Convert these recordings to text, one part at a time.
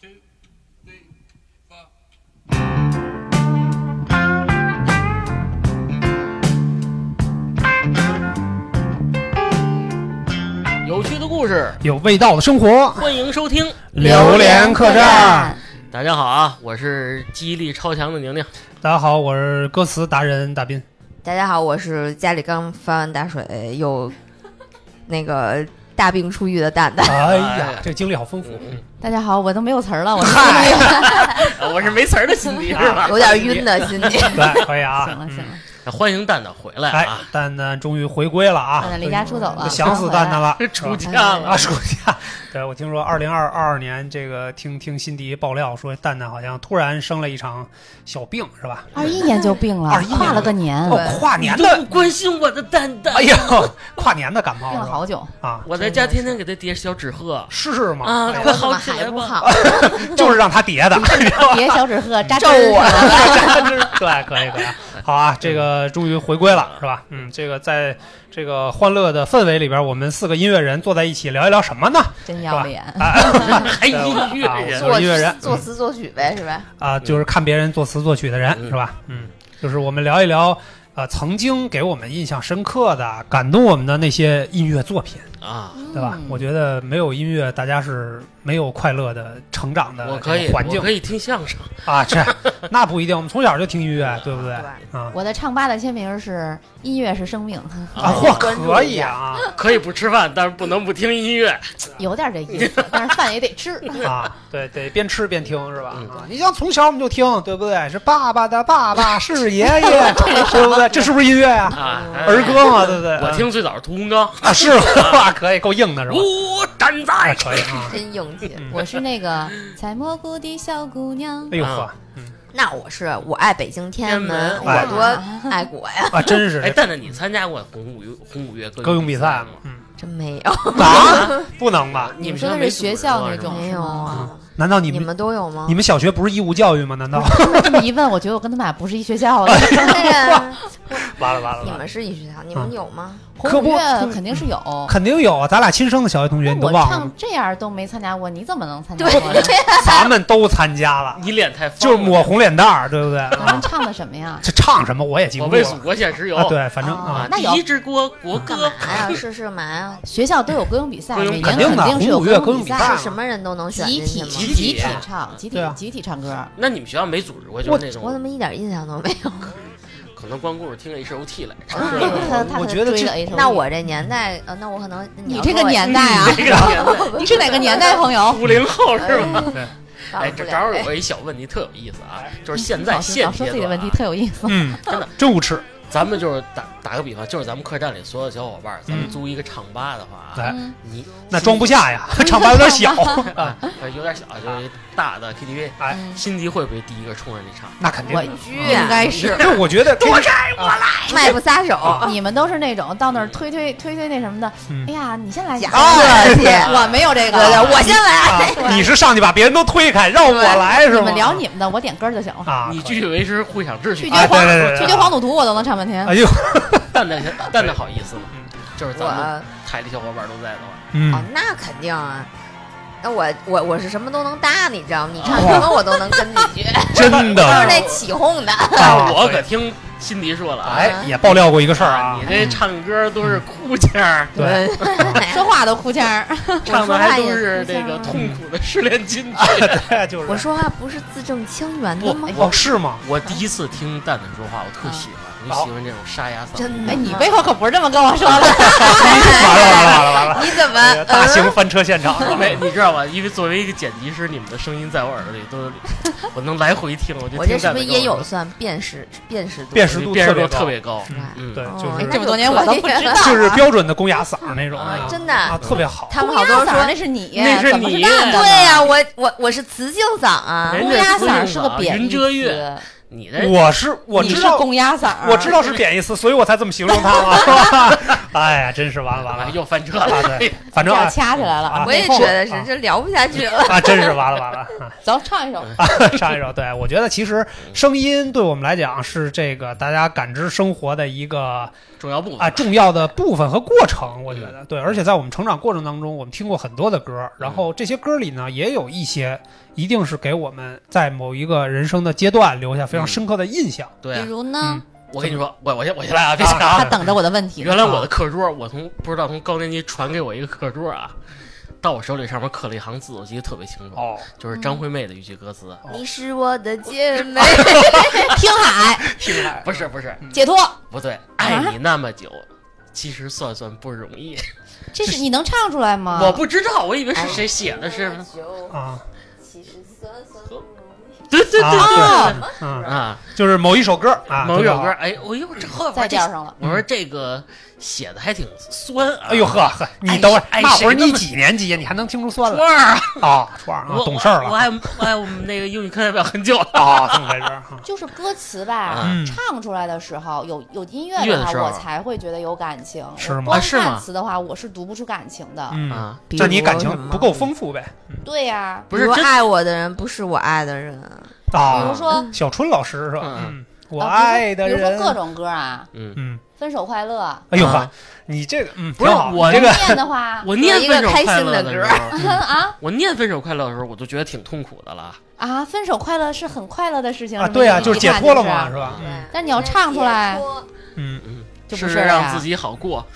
two, three, four. 有趣的故事，有味道的生活，欢迎收听。榴莲客栈。大家好啊，我是记忆力超强的宁 宁。大家好，我是歌词达人大斌。大家好，我是家里刚翻完大水又那个大病初愈的蛋 蛋。哎呀呀，这个经历好丰富。嗯大家好，我都没有词儿了，我嗯我是没词儿的心啊迪是吧？有点晕的心里。啊对，可以啊。行了行了， 欢迎蛋蛋回来哎啊！，蛋蛋终于回归了啊！蛋蛋离家出走了我想死蛋蛋了，出是吧家了啊，暑假。对，我听说二零二二年这个听听辛迪爆料说，蛋蛋好像突然生了一场小病，是吧？二一年就病了， 21年跨了个年，哦，跨你年都的，不关心我的蛋蛋，哎呦，跨年的感冒病了是吧？好久。啊，我在家天天给他叠小纸鹤 是吗？啊，哎快呦怎么好起还来不 吧！好？就是让他叠的。别小纸鹤扎咒针我了， 对，可以可以，好啊，这个终于回归了，是吧？嗯，这个在这个欢乐的氛围里边，我们四个音乐人坐在一起聊一聊什么 呢？啊真要脸。还音乐哎人，我是音乐人作词作曲呗，是吧？ 啊，就是看别人作词作曲的人，是吧？嗯，就是我们聊一聊，呃，曾经给我们印象深刻的、感动我们的那些音乐作品，啊，对吧？嗯我觉得没有音乐，大家是没有快乐的成长的啊我可以，环我境可以听相声，啊，这那不一定，我们从小就听音乐，对不对？对啊吧？我的唱吧的签名是“音乐是生命 啊，我嚯，可以啊！可以不吃饭，但是不能不听音乐。”，有点这意思，但是饭也得 吃。啊，对，得边吃边听是吧？嗯啊，你像从小我们就听，对不对？是爸爸的爸爸是爷 爷，对不对？这是不是音乐呀？啊，儿歌嘛，对不对？我听最早是屠洪刚，啊，是吧？可以，够硬的是吧？我站在哎，可以啊！真硬气。嗯我是那个采蘑菇的小姑娘哎，呦呵啊，嗯那我是我爱北京天安门，天安门我多爱国呀！啊，真是哎，这蛋蛋，你参加过红五乐红五乐歌歌咏比赛嘛吗？，嗯真没有，啊，不能吧？你们说的没是组织学校过那是种吗没有啊？难道你你们们都有吗你？们小学不是义务教育吗？难道这么一问，我觉得我跟他们俩不是一学校的。对呀， 完了完了你完了？们是一学校，你嗯们有吗？ 可红不五月肯定是有， 肯定有啊！咱俩亲生的小学同学，那你都我忘了吗唱？这样都没参加过，你怎么能参加对过呢？咱们都参 加了，你脸太方了就是抹红脸蛋儿，对不对？咱们啊，唱的什么呀？这唱什么我也记我不住为祖了国献石油啊！对，反正啊啊，那有第一支国国干歌 嘛呀？是是 嘛呀？学校都有歌咏比赛，歌咏每年肯定的肯定是有红五月歌咏歌咏比赛赛是什么人都能选集进去吗？体集体体唱，集对啊体集体唱歌。那你们学校没组织过，就是那我种怎么一点印象都没有？可能光顾着听 H O T 来着。他 他他我觉得追这了 H O T 那我这年代，呃，那我可能嗯你要这说个我年代啊，这个年代你是哪个年代朋友？五零后是吧？忘哎，不这了正好哎有一小问题特有意思啊，就是现在哎老师现老说阶自己的段问题啊，特有意思。嗯，真的真无耻。咱们就是打打个比方，就是咱们客栈里所有小伙伴儿，咱们租一个唱吧的话啊，嗯哎，嗯你那装不下呀， 唱吧有点小啊，呃有点小，就是一大的 K T V，哎，嗯辛迪会不会第一个冲上去唱？那肯定我的。居应然该是。但是我觉得 K 卖不撒手， 你们都是那种到那儿推推推推那什么的嗯，哎呀，你先来一下假客气我没有这对个，对，哦我先来。啊，你是上去把别人都推开，让我来是你吗？们聊你们的，我点歌儿就行了。啊，你可以拒绝为师，会想秩序拒啊绝黄对对对对拒绝黄赌毒，我都能唱半天 哎。呦，蛋蛋蛋蛋好意思吗嗯？就是咱们我台里小伙伴儿都在的话，哦嗯，，那肯定啊。那我我我是什么都能搭，你知道吗？你唱哦什么我都能 跟几句，真都是的，那起哄的。 啊但我可听辛迪说了啊，哎也爆料过一个事儿啊你，这唱歌都是哭腔儿，对，说话都哭腔儿， 唱的还都是这个痛苦的失恋金曲。对， 就是嗯我说话不是字正腔圆的吗？哦是吗？我第一次听蛋蛋说话，啊我特喜欢，我喜欢这种沙哑嗓。 真的哎，你背后可不是这么跟我说的。完了完了完了完了，你怎么这哎个大型翻车现场，没，你知道吧？因为作为一个剪辑师，你们的声音在我耳朵里都，我能来回听，我就我听这是蛋不蛋是跟我也有说算辨识辨识度？辨识度辨识度特特别别高？吧嗯，嗯对，哦就哎是那这么多年我都不知道。就是标准的公鸭嗓儿那种啊，真的啊，特别好，他们好多人说那是你，那是怎么你蛋蛋呢对呀、我我我是雌性嗓啊，人乌家鸦雌性嗓是个嗓贬云义遮词。月你这我是我你知是道公鸭嗓儿，我知道是贬义词，所以我才这么形容他啊！是吧哎呀，真是完了完啊了又翻车了。啊！对，反这正样啊掐起来了。啊我也觉得是，这聊不下去了。啊，真是完了完了啊！走，唱一首。 上一首，对我觉得其实声音对我们来讲是这个大家感知生活的一个重要部分啊重要的部分和过程，我觉嗯得对。而且在我们成长过程当中，我们听过很多的歌，然后这些歌里呢，也有一些一定是给我们在某一个人生的阶段留下嗯非常深刻的印象。对比啊，如呢，哎我跟你说，我我先我先来啊，别抢啊他等着我的问题呢。原来我的课桌，我从不知道从高年级传给我一个课桌啊，到我手里上面刻了一行字，我记得特别清楚，哦，就是张惠妹的一句歌词， 你是我的姐妹，听 海 啊不是不是解脱，不对，爱你那么久。其实算算不容易，这是你能唱出来吗？我不知道，我以为是谁写的是， 啊其实算算不容对对对啊对，嗯，啊，就是某一首歌啊，某一对首吧歌，哎，我哟，这呵，在调这，上了。我说这个写的还挺酸啊，哎呦呵，呵，哎你等会儿，哎那谁会儿你那么几年级呀？你还能听出酸初来二啊，啊？初二啊我，懂事儿我了爱我爱我们那个英语课代表很久了，啊，这么回事儿 哈。就是歌词吧，嗯唱出来的时候有有音乐音乐的的话，时候我才会觉得有感情。是吗我光啊是吗看词的话，我是读不出感情的。嗯，啊，易。这你感情不够丰富呗？对呀、不是比如真爱我的人不是我爱的人，比啊如，说，小春老师是吧？嗯嗯，我呃爱的比如说人各，种歌啊，嗯，嗯，分手快乐。哎呦啊呵，你这个嗯，不是挺好我这个念的话我念分手快乐有一时个开候，嗯啊我念分手快乐的时候，我都觉得挺痛苦的了。啊，分手快乐是很快乐的事情啊，对呀、啊，就是一解看脱了是嘛，是吧？嗯但你要唱出来，嗯，嗯，就是不是让呀自己好过。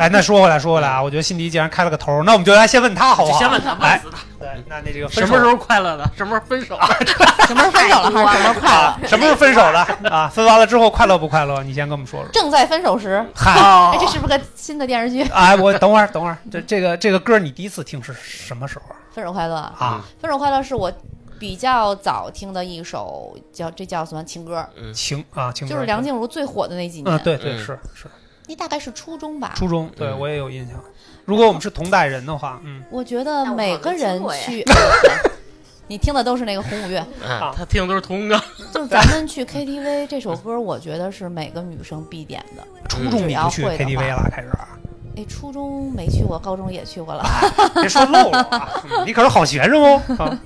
哎，那说回来，说回来啊，我觉得辛迪既然开了个头，那我们就来先问他好不就好？先问他，哎问死他对，那那这个什分手么时候快乐的，什么时候分手的。 什么时候分手了还是什么时候快乐啊？？什么时候分手的啊？分完了之后快乐不快乐？你先跟我们说说。正在分手时， 嗨。哎，这是不是个新的电视剧？ 哎，我等会儿，等会儿，这这个这个歌你第一次听是什么时候分手快乐，嗯啊？分手快乐是我比较早听的一首叫这叫什么情歌，嗯情啊，情歌就是梁静茹最火的那几年。嗯，对对嗯是是，那大概是初中吧。初中对嗯我也有印象。如果我们是同代人的话，嗯，我觉得每个人去， 你听的都是那个红五月，啊，他听的都是通啊。就是咱们去 KTV 这首歌，我觉得是每个女生必点的。初中只你要不去会的 KTV 话了，开始啊，哎，初中没去过，高中也去过了。别说漏了啊，嗯你可是好学生哦。啊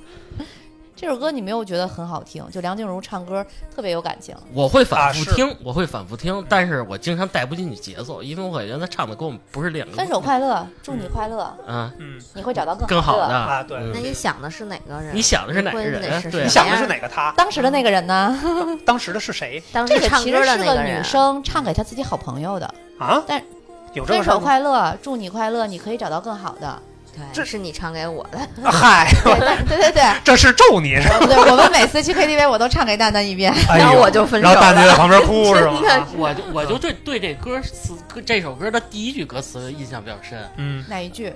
这首歌你没有觉得很好听，就梁静茹唱歌特别有感情。我会反啊复是听，我会反复听，但是我经常带不进去节奏，因为我感觉他唱的跟我们不是两个。分手快乐，祝你快乐，啊，嗯你会找到更更好的。的啊，对，嗯那你想的是哪个人？你想的是哪个婚得人？是对你谁想的是哪个他？当时的那个人呢？当时的是谁当这时个唱其歌实的是那个人女，生唱给她自己好朋友的。啊？但有这分个事儿手吗？快乐，祝你快乐，你可以找到更好的。这是你唱给我的。啊嗨，对但对对对，这是咒你 是吧？对，我们每次去 KTV 我都唱给蛋蛋一遍。哎 然后呦我就分手然后大姐了在旁边哭是吗？真的啊我就我就对对这歌词这首歌的第一句歌词印象比较深。嗯，哪一句？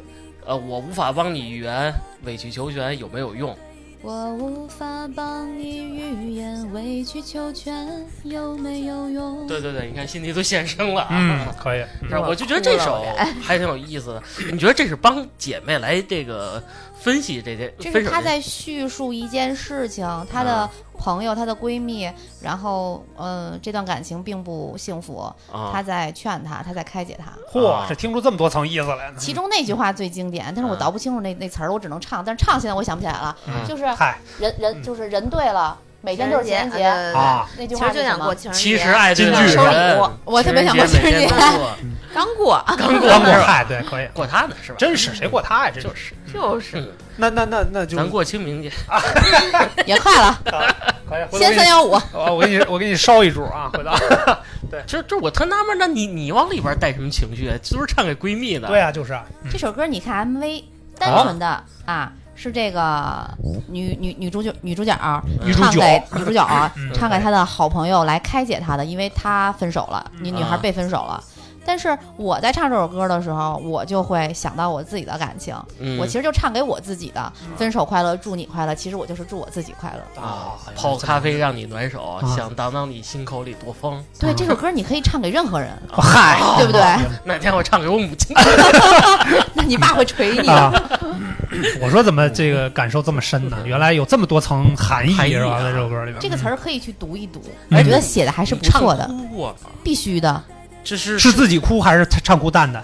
呃，我无法帮你预言，委曲求全有没有用？我无法帮你预言，委曲求全有没有用？对对对，你看辛迪都现身了啊。嗯，可以，嗯是吧？我我就觉得这哭首了还挺有意思的。你觉得这是帮姐妹来这个分析这些这分是手她这在叙述一件事情，她啊的朋友、她的闺蜜，然后嗯，这段感情并不幸福，她啊？在劝她，她在开解她。嚯啊，这听出这么多层意思来呢。其中那句话最经典，但是我哎嗯倒不清楚那那词儿，我只能唱，但是唱现在我想不起来了。嗯就是嗨人人哎嗯就是人对了，每天都是情人节。啊对对对啊，那其句话实是就什想么过情人节，其实爱对金的句人，我我特别想过情人情人节节每天都过刚 过，刚过刚过是吧嗨，对，可以，过他呢是吧？真是谁过他呀？真，就是是，就是嗯那那那那就咱过清明节，也快了，可以。回头先给你三幺五，哦啊我给你我给你烧一柱啊，回头。这这我特纳闷，那你你往里边带什么情绪？啊都是唱给闺蜜的， 对啊，就是啊，嗯这首歌你看 MV，单纯的啊。是这个女女女主角女主角儿嗯女主唱角给女主角儿嗯唱给她的好朋友来开解她的，因为她分手了，女女啊孩被分手了。但是我在唱这首歌的时候，我就会想到我自己的感情，嗯，我其实就唱给我自己的。嗯分手快乐，祝你快乐。其实我就是祝我自己快乐。啊好像，是泡哦这咖么啡让你暖手，啊想当当你心口里多风。对这首歌，你可以唱给任何人，哦嗨，哦 啊对不对？ 那天我唱给我母亲，那你爸会捶你的。啊，我说怎么这个感受这么深呢？原来有这么多层含义含义是吧？啊在这首歌里边，这个词儿可以去读一读，嗯我觉得写的还是不错的，你唱哭过吗？必须的。这是嗯是自己哭还是他唱哭蛋蛋？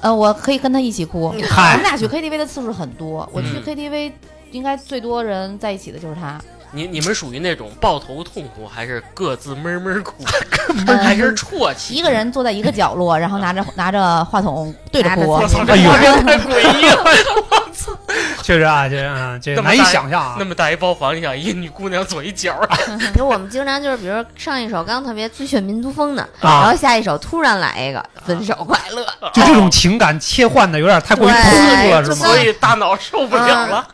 呃，我可以跟他一起哭。我嗯嗨们俩去 KTV 的次数很多，我去嗯 KTV 应该最多人在一起的就是他。你你们属于那种抱头痛哭，还是各自闷闷哭， 还是啜泣？呃一个人坐在一个角 落，然后拿着拿着话筒对着拿着哭自我操，己，这画面太诡异了！哎 确实啊，这嗯，这那么难以大想象啊那。么大一包房，你想一个女姑娘坐一角啊儿，因为我们经常就是，比如上一首刚特别最炫民族风的，啊然后下一首突然来一个分手快乐，就这种情感切换的有点太过于对突兀了，是就吗哦所？以大脑受不了啊了。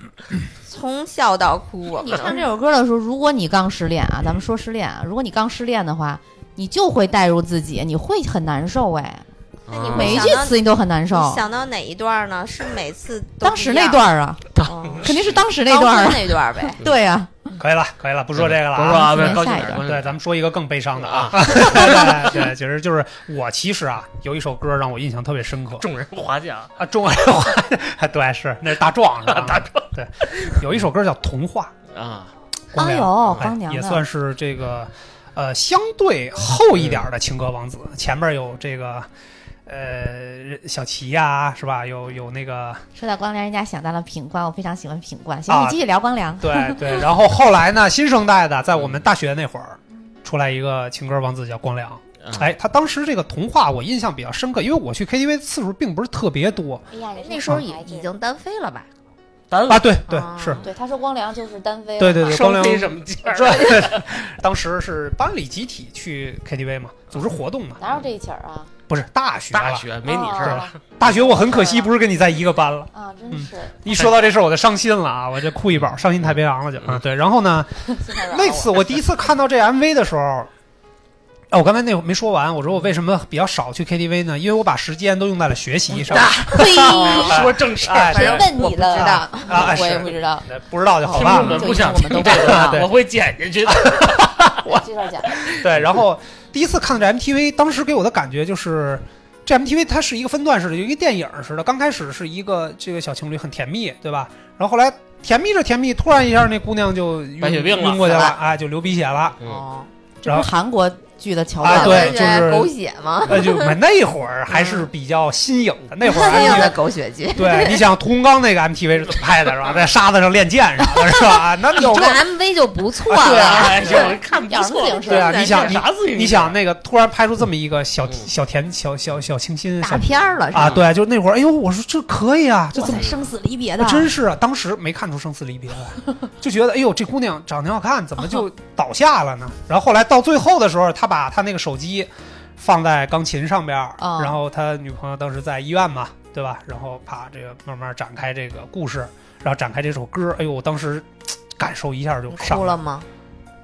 从笑到哭。我你们唱这首歌的时候，如果你刚失恋啊，咱们说失恋啊，如果你刚失恋的话，你就会带入自己，你会很难受哎，那你啊会每一想句到词你都很难受你。想到哪一段呢？是每次都当时一样那，段儿啊，嗯肯定是当时那段高儿中啊。 那段儿呗。对啊，可以了，可以了，不说这个了不啊。说啊，咱们高兴下一点段高兴对，点咱们说一个更悲伤的 啊。啊，对，对其实就是我其实啊，有一首歌让我印象特别深刻众人划桨，啊，中文 话，对，是那是大壮是吧？ 大壮对，有一首歌叫《童话啊，》，光哎良呦，哎光良也的算是这个呃相对厚一点的情歌王子，前面有这个。呃，小齐呀、是吧？有有那个，说到光良，人家想到了品冠，我非常喜欢品冠。行，你继续聊光良。对对。然后后来呢，新生代的，在我们大学那会儿，出来一个情歌王子叫光良，啊哎，他当时这个童话我印象比较深刻，因为我去 KTV 次数并不是特别多哎呀， 那时候已已经单飞了吧？咱啊。对对啊是，对，他说光良就是单飞。对对对，光双良飞什么劲儿？对， 当时是班里集体去 KTV 嘛，组织活动嘛，哪有这一起儿啊？哦不是大学了嗯大学没你事儿了，大学我很可惜不是跟你在一个班了。啊，真是一说到这事儿，我就伤心了啊！我这哭一饱，伤心太平洋了就。啊，对，然后呢，那次我第一次看到这 MV 的时候，哎，我刚才那没说完，我说我为什么比较少去 KTV 呢？因为我把时间都用在了学习上。嘿， 说正事嗯 哎儿。对谁问我你不知了道？啊，我也不是，知道，不知道就好听办众了们。不想听这啊个，对我会剪下去的。这段讲 对，然后第一次看这 MTV，当时给我的感觉就是，这 MTV 它是一个分段式的，就一个电影似的。刚开始是一个这个小情侣很甜蜜，对吧？然后后来甜蜜着甜蜜，突然一下那姑娘就晕白血病了晕过去了，啊哎，就流鼻血了。嗯哦，这不是韩国剧的 桥啊段吗？对就是狗血吗？ 呃，就买那会儿还是比较新颖的，那会 儿那样嗯的还。狗血剧， 对，你想屠洪刚那个 MTV 是怎么拍的，是吧？在沙子上练剑啥的，是吧？啊那你有个这 MV 就不错啊对啊了。哎呦，看不讲什么自错行。车？对啊，对你想这你嗯啥自行车你想那个突然拍出这么一个小嗯小甜小小小清新大小片儿了是吧啊，对，就那会儿，哎呦，我说这可以啊，这哇这么塞，生死离别我的，真是啊，当时没看出生死离别来， 就觉得哎呦，这姑娘长得挺好看，怎么就倒下了呢？然后后来到最后的时候，他把他那个手机放在钢琴上边儿，啊然后他女朋友当时在医院嘛，对吧？然后啪，这个慢慢展开这个故事，然后展开这首歌，哎呦，我当时嘖感受一下就你上哭了吗？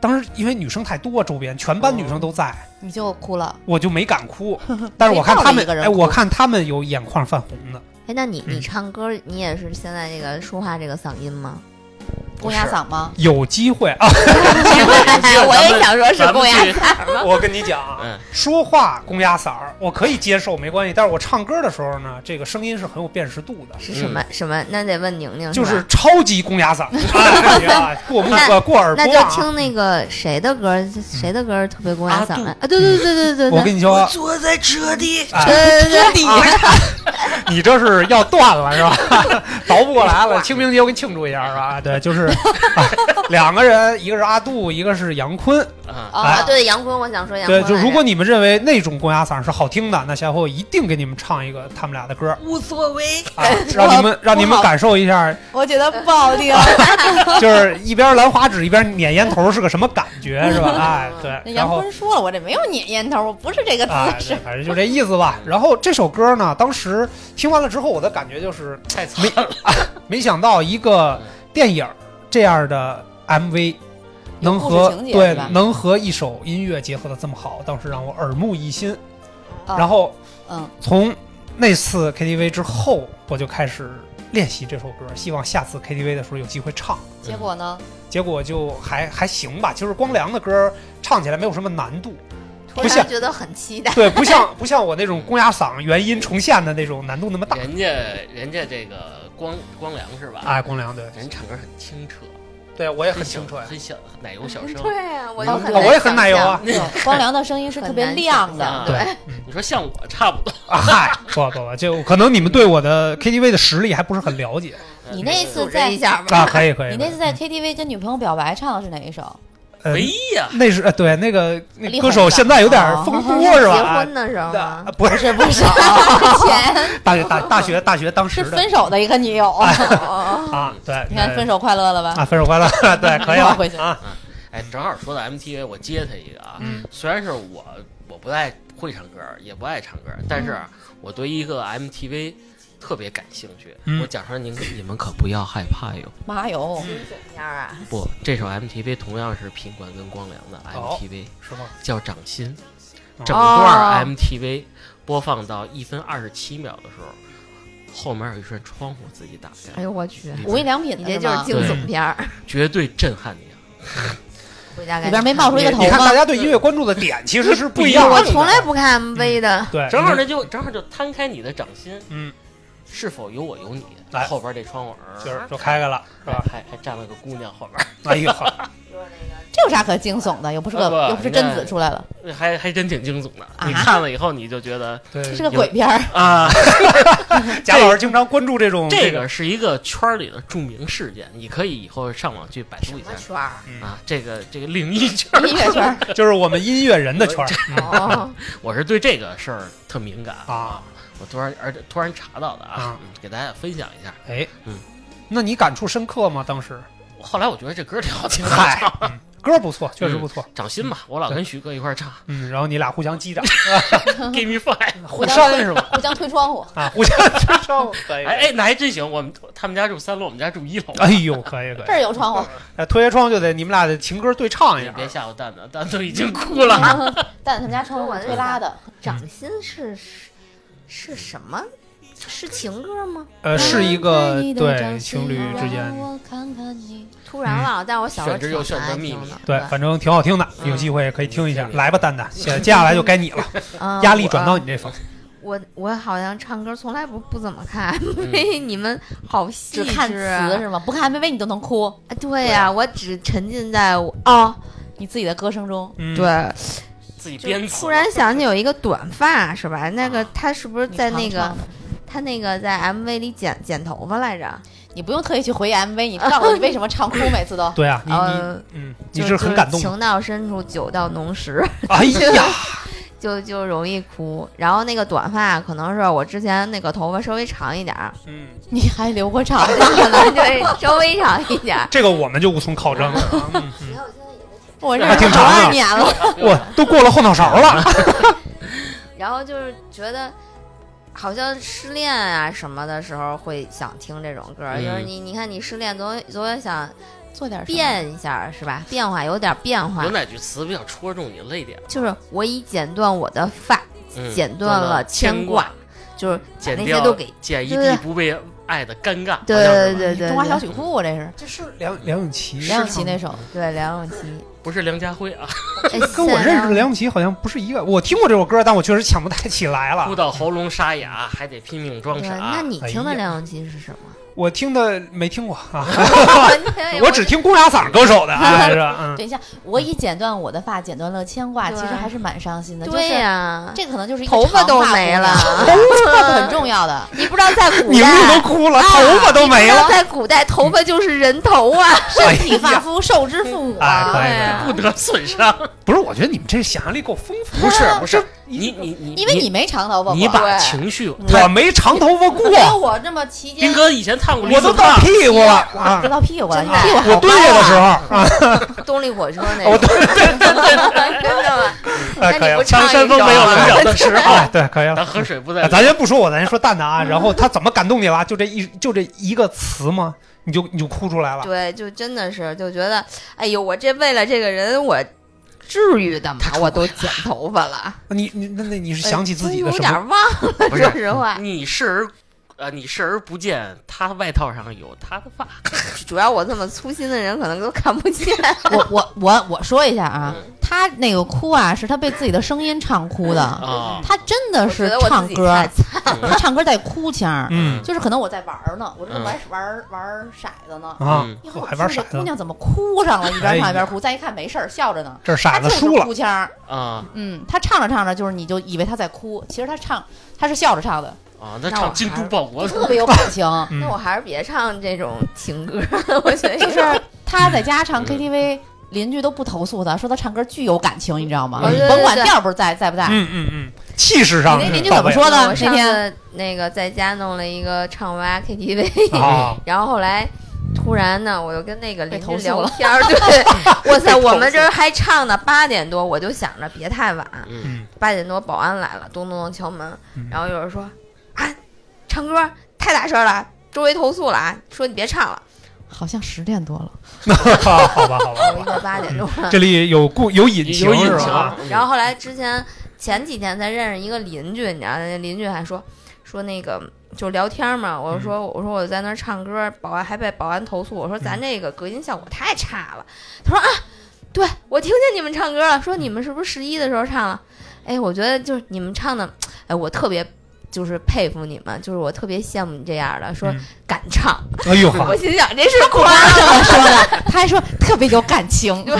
当时因为女生太多，周边全班女生都在，你就哭了。我就没敢哭。但是我看他谁抱着们一个，人哎，哭我看他们有眼眶泛红的。哎，那你嗯你唱歌，你也是现在这个说话这个嗓音 吗？公鸭嗓吗？有机会啊！我也想说是咱公们鸭去，嗓儿 吗？我跟你讲啊，嗯说话公鸭嗓儿我可以接受，没关系。但是我唱歌的时候呢，这个声音是很有辨识度的，是什么什么？那得问宁宁，嗯就是是吧超级公鸭嗓，哎呀过目那呃过耳那光就啊！听那个谁的歌，谁的歌特别公鸭嗓阿杜儿啊？对对对对对我对，呃跟你说，坐在车里，哎，对对对，你这是要断了是吧？ 倒不过来了。清明节我给你庆祝一下是吧？对，就是、哎两个人，一个是阿杜，一个是杨坤。啊，啊哎啊，对杨坤，我想说杨对，坤来着。就如果你们认为那种公鸭嗓是好听的，那下回我一定给你们唱一个他们俩的歌无所谓。 啊，让你们让你不们好感受一下我觉得不好听。哎 就是一边兰花指一边捻烟头是个什么感 觉，是吧？哎，嗯那对，然杨后坤说了，我这没有捻烟头，我不是这个嗯啊姿，势对。反正就这意思吧。然后这首歌呢，当时听完了之后，我的感觉就是太惨了。没想到一个电影儿这样的 MV。有能故事和情节对是吧能和一首音乐结合的这么好，当时让我耳目一新。啊然后嗯，从那次 KTV 之后，我就开始练习这首歌，希望下次 KTV 的时候有机会唱。结 果呢？结果就还还行吧，就是光良的歌唱起来没有什么难度，不突然像觉得很期待，对，嗯不像不像我那种公鸭嗓原音重现的那种难度那么大。人家人家这个光光良是吧？哎，光良对，人唱歌很清澈，对我也很清澈呀。啊很小，很奶油小生。 对啊，我哦很哦我也很想奶油 啊象嗯对光良的声音是特别亮很的难想象，对，你说像我差不多，啊嗨，不不不，就可能你们对我的 KTV 的实力还不是很了解 你那组次织在一下吧。 啊。可以可以，你那次在 KTV 跟女朋友表白唱的是哪一首？呃没呀，那是呃对那个那力歌宏手的现在有点哦风波 结是吧婚？的时候的吗啊？不是不是， 前大学大大学大学当时是的哎分手的一个女友，啊，对， 你看那分手快乐了吧？啊，分手快乐， 对， 可以了回去啊，哎，正好说到 MTV，我接他一个啊。嗯虽然是我我不太会唱歌，也不爱唱歌，但是我对一个 MTV 特别感兴趣。嗯我讲出来，您你们可不要害怕哟。妈哟，怎么样啊？不，这首 MTV 同样是品冠跟光良的哦 MTV，、是吗？叫《掌心》。哦整段 MTV 播放到一分二十七秒的时候，后面有一扇窗户自己打开，哎呦我去，里边无印良品你的这是就是吗？惊悚片 儿，绝对震撼你啊！回家赶紧里边没冒出一个头你看吗大？家对音乐关注的点其实是不一看样的。嗯我从来不看 MV 的，对，正好那就正好就摊开你的掌心，哎嗯，是否有我有你？哎后边这窗户儿啊就是就开开了，是还吧？还还站了个姑娘后边儿。哎呦，这有啥可惊悚的？又不是啊个不又不是贞子那出来了， 还还真挺惊悚的。啊你看了以后，你就觉得这 对是，个鬼 片儿。啊，贾老师经常关注这种这个个是一个圈儿里的著名事件，你可以以后上网去百度一什么下圈儿？啊。这个这个灵异圈，音乐圈儿，就是我们音乐人的圈儿 哦，我是对这个事儿特敏感啊。我突然而且突然查到的啊啊，嗯给大家分享一下。哎，嗯，那你感触深刻吗？当 时，我后来我觉得这歌挺好听嗨的，，嗯歌不错，确实不错。掌心嘛，我老跟徐哥一块儿 唱嗯，然后你俩互相击 掌， Give Me Five。互扇是吧？互相推 窗户，啊，互相击掌， 可以。哎哎，那还真行。我们他们家住三楼，我们家住一楼。哎呦，可以可这以。儿有窗户，哎，推开窗就得你们俩得情歌对唱一你下。哎别吓唬蛋蛋，蛋蛋都已经哭了。 但他们家窗户是推拉的，嗯掌心是是是什么？是情歌吗？呃，是一个对情侣之间，突嗯然忘了，但是我小时候选之又挺选爱择秘听密的对，反正挺好听的，有机会可以听一下。来吧，蛋蛋，接接下来就该你了，嗯压力转到我你这方。我我好像唱歌从来不不怎么看嗯嗯 MV，你们好细只看致词啊！是吗？不看 MV 你都能哭，啊对呀，我只沉浸在我哦，你自己的歌声中，嗯，对，自己编就词。突 然想起有一个短发是吧？那个啊他是不是你在唱那个唱吧他那个在 MV 里剪剪头发来着？你不用特意去回忆 MV，你知 道我为什么唱哭每次都 。对啊，你呃你嗯，你就是很感动吗。就情到深处，酒到浓时，哎呀，就就容易哭。然后那个短发，可能是我之前那个头发稍微长一点儿， 嗯，你还留过长发？可能就稍微长一点儿。这个我们就无从考证了啊。嗯嗯我这还挺多长少的年 了？我都过了后脑勺了。然后就是觉得。好像失恋啊什么的时候会想听这种歌儿，嗯就是你你看你失恋总总也想做点什么变一下是吧？变化有点变化有，哪句词比较戳中你泪点？就是我已剪断我的发，嗯 剪断了牵挂，，就是把剪那掉些都给剪一对地对不被爱的尴尬。对好像是吧对对对中华小曲库，这是这是梁梁咏琪梁咏琪那首，对梁咏琪，不是梁家辉啊，哎跟我认识的现在梁咏琪好像不是一个。我听过这首歌，但我确实想不太起来哭 了。到喉咙沙哑，还得拼命装对，傻。啊那你听哎的呀梁咏琪是什么？我听的没听过啊， 我我只听公鸭嗓歌手的，哎是吧？ 嗯，等一下，我已剪断我的发，剪断了牵挂，对其实还是蛮伤心的。对呀，呀，这可能就是一个头发长都姑没娘 了头发很重要的。你不知道在古你们代啊都哭了，头发都没你不知了道。在古代头发就是人头啊，哎身体发呀肤受之父母哎，可啊，以对啊可以不。得损伤。不是，我觉得你们这想象力够丰富。不是不是，你你你，因为你没长头发嘛，你把对情绪，嗯我没长头发没有过，我这么期间斌，哥以前烫过，我都到屁股了啊都！到屁股了，真你的屁股我好蹲下的时候啊， 动力火车那我个，蹲， 真的吗？哎，可以那你不了。唱当山峰没有棱角 的时候，哎，对，可以当了。河水不哎在。咱先不说我，咱先说蛋蛋啊。然后他怎么感动你了？就这一就这一个词吗？你就你就哭出来了。对，就真的是就觉得，哎呦，我这为了这个人，我至于的吗？我都剪头发了，你你那那你是想起自己哎的有什点么？忘了，不是说实话，你是呃，你视而不见，他外套上有他的发。主要我这么粗心的人可能都看不 见。啊我我我我说一下啊，嗯他那个哭啊，是他被自己的声音唱嗯哭的，啊，他真嗯的我是觉得我唱自己歌太，菜 他唱歌带哭腔儿，嗯就是可能我在玩儿呢，我这嗯玩玩玩骰子呢，啊嗯，一会我儿还我玩听骰这姑子，娘怎么哭上了，一哎边呀唱一边哭，再一看没事儿，笑着呢。这他傻子就是输了哭腔儿，啊嗯，他唱着唱着就是你就以为他在哭，其实他唱他是笑着唱的，啊！那那我唱《京还都报国》特别有感 情。嗯那我还是别唱这种情歌， 我觉得 就是他在家唱嗯 KTV，邻居都不投诉他，说他唱歌巨有感情，你知道吗？哦对对甭管对调不是在在不在，嗯嗯嗯，气势上你那是邻居到怎么位说的我那上天次那个在家弄了一个唱吧 KTV，啊？ 然后后来突然呢，我就跟那个邻被居投诉聊了 天儿， 对，哇塞，被投诉我们这儿还唱呢，八点多我就想着别太晚，嗯嗯 八点多保安来了，咚咚咚敲门嗯，然后有人说啊，唱歌太大声了，周围投诉了啊，说你别唱了，好像十点多了，好吧好吧好吧我一会儿八点钟了。这里有故有隐情有隐是情吧？嗯然后后来之前前几天才认识一个邻居，你知道，那邻居还说说那个就聊天嘛，我说、我说我在那儿唱歌，保安还被保安投诉，我说咱这个隔音效果太差了。他说啊，对我听见你们唱歌了，说你们是不是十一的时候唱了？哎，我觉得就是你们唱的，哎，我特别。就是佩服你们，就是我特别羡慕你这样的，说嗯敢唱。哎呦呵我，心想这是夸，这么说的，他还说特别有感情，对、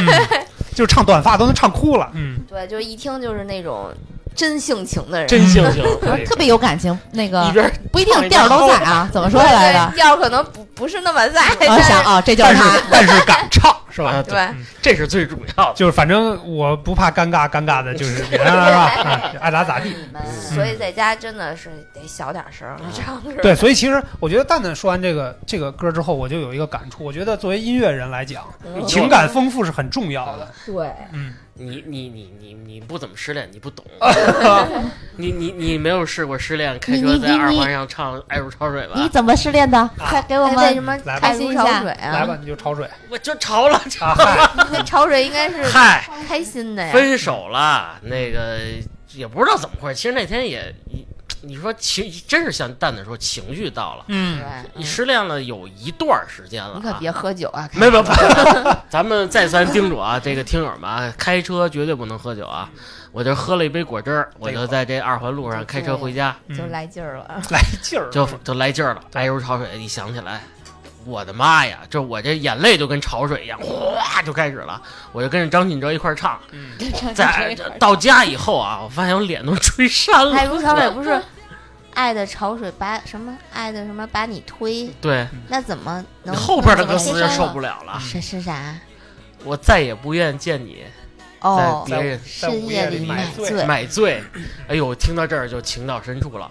就唱短发都能唱哭了，嗯，对，就是一听就是那种真性情的人，真性情，特别有感情。那一个边不一定调儿都在啊，怎么说来着？对调儿可能不不是那么在，我但想啊，这就是但是他。但是敢唱是吧？啊，对，这是最主要的。就是反正我不怕尴尬，尴尬的 就是人是吧？哎爱咋咋地。你们所以在家真的是得小点声儿唱歌。对，所以其实我觉得蛋蛋说完这个这个歌之后，我就有一个感触。我觉得作为音乐人来讲，嗯情感丰富是很重要的。对，嗯，你你你你你不怎么失恋，你不 懂。你你你没有试过失恋，开你车你在你二你环上唱《爱如潮水》你吧？怎么失恋的？快给我哎为什们么来吧开心潮水来啊？吧，你就 潮水我就潮了，啊！嗨，那潮水应该是嗨，开心的呀。分手了，那个也不知道怎么回事。其实那天也，你你说情，真是像蛋蛋说，情绪到了。对，嗯，嗯你失恋了有一段儿时间了、啊，你可别喝酒啊！没有没有，不 咱们再三叮嘱啊，这个听友们啊，开车绝对不能喝酒啊。我就喝了一杯果汁儿，我就在这二环路上开车回家，嗯就来劲儿了。来劲儿，就就来劲儿了。哎呦，潮水一想起来，我的妈呀！这我这眼泪就跟潮水一样，哗就开始了。我就跟着张信哲一块儿唱，嗯 在到家以后啊，我发现我脸都吹山爱了。如潮水不是爱的潮水把什么爱的什么把你推， 对，那怎么能嗯后边的歌词怎么就接受受不了了。是是啥？我再也不愿见你在哦，别人深夜里买醉，买醉，哎呦，听到这儿就情到深处了，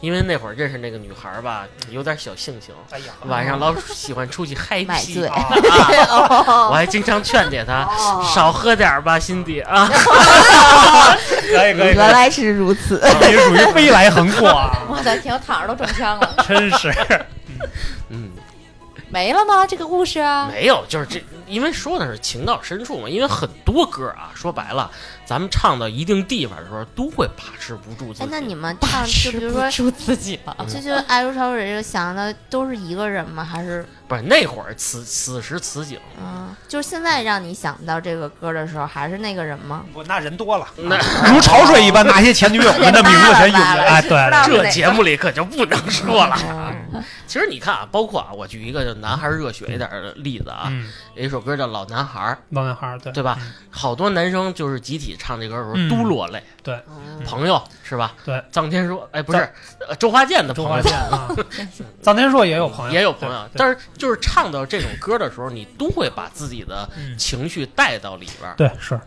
因为那会儿认识那个女孩儿吧，有点小性情，哎呀，晚上老喜欢出去嗨哦买皮醉， 啊，哦我还经常劝解她少喝点儿吧，辛迪啊， 可以可以原，来是如此。 你属于飞来横祸啊，哇塞，挺躺着都中 枪了，真是。嗯，没了吗？这个故事啊，没有，就是这，因为说的是情到深处嘛，因为很多歌啊，说白了，咱们唱到一定地方的时候，都会把持不住自哎，那你己。们唱就比如说出自己了，就就爱如潮水这个想的都是一个人吗？还是不是那会儿此此时此景，嗯，就是现在让你想到这个歌的时候，还是那个人吗？我那人多了，嗯那如潮水一般，哦那些前女友们的名字全涌扒 来。了哎，对，扒了对这节目里可就不能说了。 嗯其实你看啊，包括啊，我举一个就男孩热血一点的例子啊，嗯，有一首歌叫《老男孩》，儿老男孩儿，对》，对吧？好多男生就是集体唱这歌的时嗯候都落泪，嗯朋友是吧？对，臧天说，哎，不是，呃周华健的周朋华友健 啊，臧天朔也有朋友，也有朋友，对但是就是唱到这种歌的时候，你都会把自己的嗯情绪带到里边儿。对是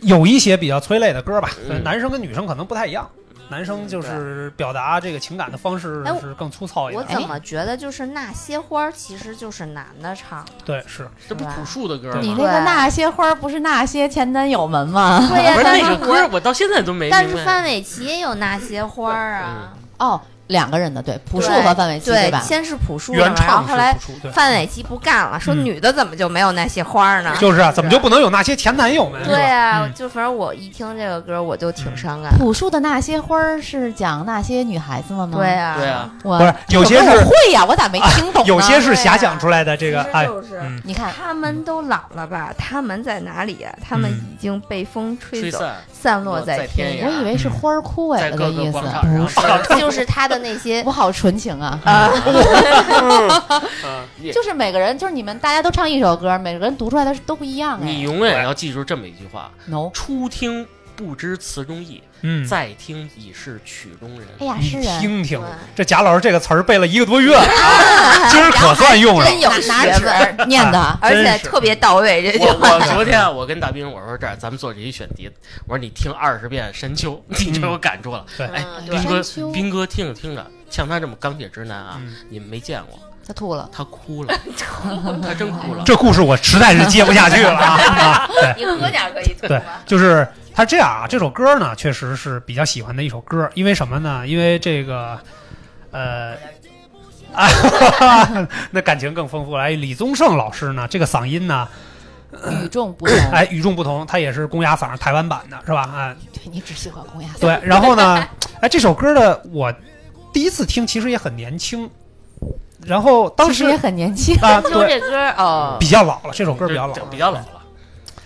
有一些比较催泪的歌吧，呃嗯男生跟女生可能不太一样，男生就是表达这个情感的方式哎我是更粗糙一我点。怎么觉得就是那些花儿其实就是男的唱的？对，是这不是吧朴树的歌你吗？那个那些花儿不是那些前男友们吗？对呀不是，但那个是歌，我我到现在都没但明是白。范玮琪也有那些花儿啊，哦，两个人的对，朴树对和范玮琪对吧？先是朴树的原嘛，然唱后是后来朴树对，范玮琪不干了，说嗯女的怎么就没有那些花儿呢？就是啊，怎么就不能有那些前男友们？对啊，嗯就反正我一听这个歌，我就挺伤感。朴树的那些花儿是讲那些女孩子们吗？对，啊，对啊，我不是有些我是会呀，我咋没 听懂呢？有些是对啊遐想出来的这个其实哎，就是嗯你看，他们都老了吧？他们在哪里呀、他们已经被风吹吹走，散散落在哎落在天我涯以为是花儿枯萎在了的各意个思广，场上， 涯。 就是他的那些我好纯情啊！呃，嗯也就是啊每个人，就是你们大家都唱一首歌，每个人读出来的都不一样你哎。永远要记住这么一句话： No，初听不知词中意，嗯，再听已是曲中人。哎呀，你是人嗯听听这对贾老师这个词儿背了一个多月了，啊 今儿可算用上真了。有拿学问，，纸念的而且真是特别到位。这我就我昨天啊我跟大兵我说这样咱们做这一选题，我说你听二十遍《山丘》，你就有感触了。哎嗯，对斌哥山丘，斌哥听着听着，像他这么钢铁直男啊嗯，你们没见过，他吐了。他哭 了，他真哭了。这故事我实在是接不下去了啊！啊对，你喝点儿可以吐对吗？就是他这样啊，这首歌呢，确实是比较喜欢的一首歌，因为什么呢？因为这个，呃，啊， 那感情更丰富了。哎，李宗盛老师呢，这个嗓音呢，与众 不同。哎，与众不同，他也是公鸭嗓，台湾版的是吧？啊，对你只喜欢公鸭嗓，对，然后呢，哎，这首歌的我第一次听，其实也很年轻，然后当其时实也很年 轻。啊，听对，这歌儿哦，比较老了，这首歌这比较老这了，比较老了。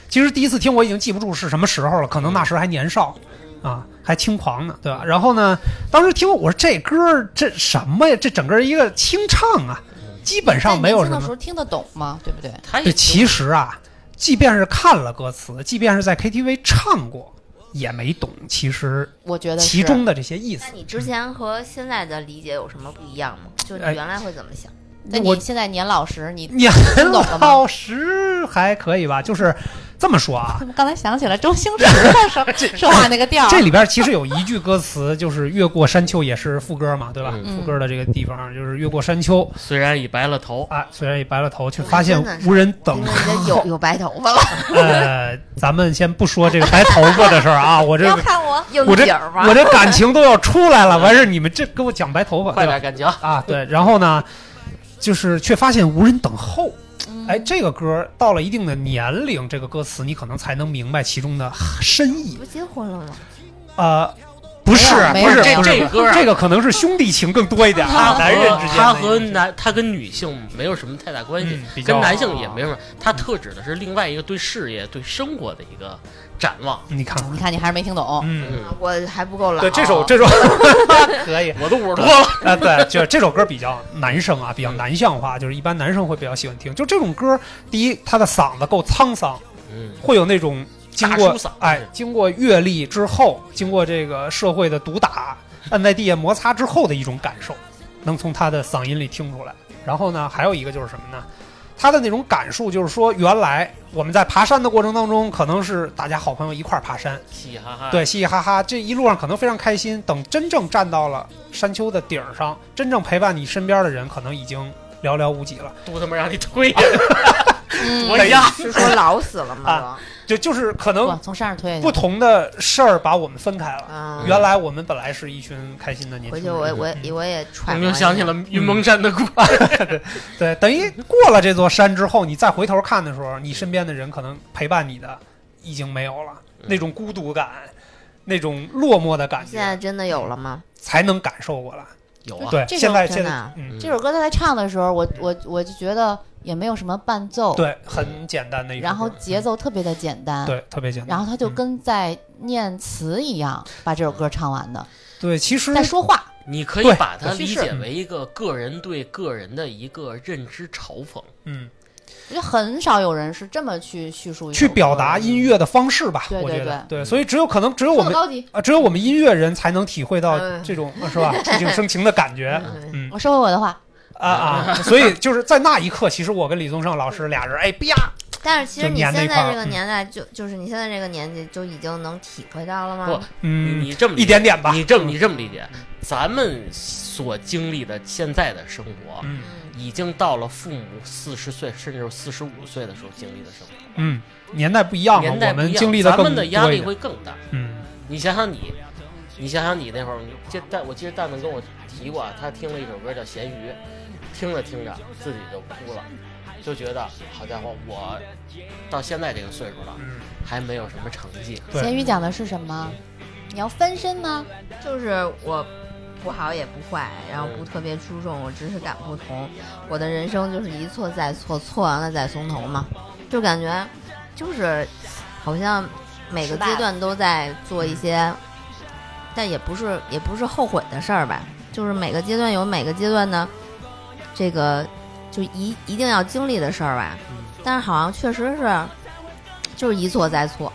其实第一次听我已经记不住是什么时候了，可能那时还年少啊，还轻狂呢，对吧？然后呢，当时听我说这歌儿这什么呀？这整个一个清唱啊，基本上没有在什年轻的时么。候听得懂吗？对不对？他也这其实啊，即便是看了歌词，即便是在 KTV 唱过，也没懂其实我觉得是啊其中的这些意思那。你之前和现在的理解有什么不一样吗？就你哎原来会怎么想？那我你现在年老时，你你听懂了吗？老实还可以吧？就是这么说啊，怎么刚才想起来周星驰 的说说话那个 调儿？这里边其实有一句歌词，就是“越过山丘”也是副歌嘛，对吧？嗯副歌的这个地方就是“越过山丘虽然已白了头”，啊，虽然也白了头，却哎发现真的是无人等因为。人有有白头发了，嗯呃，咱们先不说这个白头发的事儿啊， 我这要看我应我这景儿啊吗？我这感情都要出来 了，完事儿你们这给我讲白头发，快对吧点感情。啊，对，然后呢，就是却发现无人等候。嗯哎，这个歌到了一定的年龄，这个歌词你可能才能明白其中的深意。不结婚了吗？呃，不是，没有不是，没有不是这这歌啊这个可能是兄弟情更多一点他啊，和男人之间的他和男他跟女性没有什么太大关系嗯，比较嗯跟男性也没什么。他特指的是另外一个对事业、对生活的一个展望。你看，你看你还是没听懂。嗯，嗯，我还不够老。对，这首这首 可以我都五十多了，啊，对，就是这首歌比较男生啊，比较男性化，就是一般男生会比较喜欢听。就这种歌，第一，他的嗓子够沧桑，嗯，会有那种经大过叔嗓哎，经过阅历之后，经过这个社会的毒打，按在地下摩擦之后的一种感受，能从他的嗓音里听出来。然后呢，还有一个就是什么呢？他的那种感受就是说，原来我们在爬山的过程当中，可能是大家好朋友一块儿爬山，嘻嘻哈哈。对，嘻嘻哈哈，这一路上可能非常开心。等真正站到了山丘的顶儿上，真正陪伴你身边的人，可能已经寥寥无几了。都他妈让你 推，嗯我呀，是说老死了吗啊？就就是可不能从山上推下嗯不去。同的事儿把我们分开了。嗯啊，原来我们本来是一群开心的年回轻去人，我我也我也揣我摩又一下想哎起了云蒙山的故事。对，等于过了这座山之后，你再回头看的时候，你身边的人可能陪伴你的已经没有了，嗯那种孤独感，那种落寞的感现在觉，真的有了吗？才能感受过来。有啊，嗯对，这现在种现真的在啊，嗯，这首歌他在唱的时候，我我我就觉得也没有什么伴奏，对，很简单的一首歌，然后节奏特别的简嗯单，对特别简单，然后他就嗯跟在念词一样把这首歌唱完的，嗯对，其实在说话。你可以对把它趋理势解为一个个人对个人的一个认知嘲讽。嗯，我觉得很少有人是这么去叙述一首去歌表达音乐的方式吧，对我对觉得对，所以只有可能只有我说的们高级。啊，只有我们音乐人才能体会到嗯这种呃是 吧触景生情的感觉，嗯嗯我收回我的话，啊 啊，所以就是在那一刻，其实我跟李宗盛老师俩人，哎，啪，但是其实就你粘现那在块儿这个嗯年代，就就是你现在这个年纪，就已经能体会到了吗？你嗯，你这么一理解点点吧，嗯你这么你这么理解，咱们所经历的现在的生活，嗯嗯已经到了父母四十岁甚至四十五岁的时候经历的生活。嗯，年代不一样嘛，年代我不一们样经历的咱更们多的一压力点，会更大。嗯，你想想你，你想想你那会儿，你这蛋，我记得蛋蛋跟我提过，他听了一首歌叫《咸鱼》，听着听着自己就哭了，就觉得好家伙，我到现在这个岁数了，嗯，还没有什么成绩。对咸鱼讲的是什么？你要翻身吗？就是我不好也不坏，然后不特别出众，我只是感不同。我的人生就是一错再错，错完了再从头嘛，就感觉就是好像每个阶段都在做一嗯些，但也不是也不是后悔的事儿吧，就是每个阶段有每个阶段的这个就一一定要经历的事儿吧。嗯但是好像确实是就是一错再错，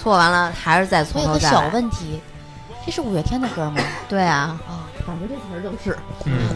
错完了还是再我从有头个再小来。问题，这是五月天的歌吗？对啊，啊，反正这词儿就是。嗯，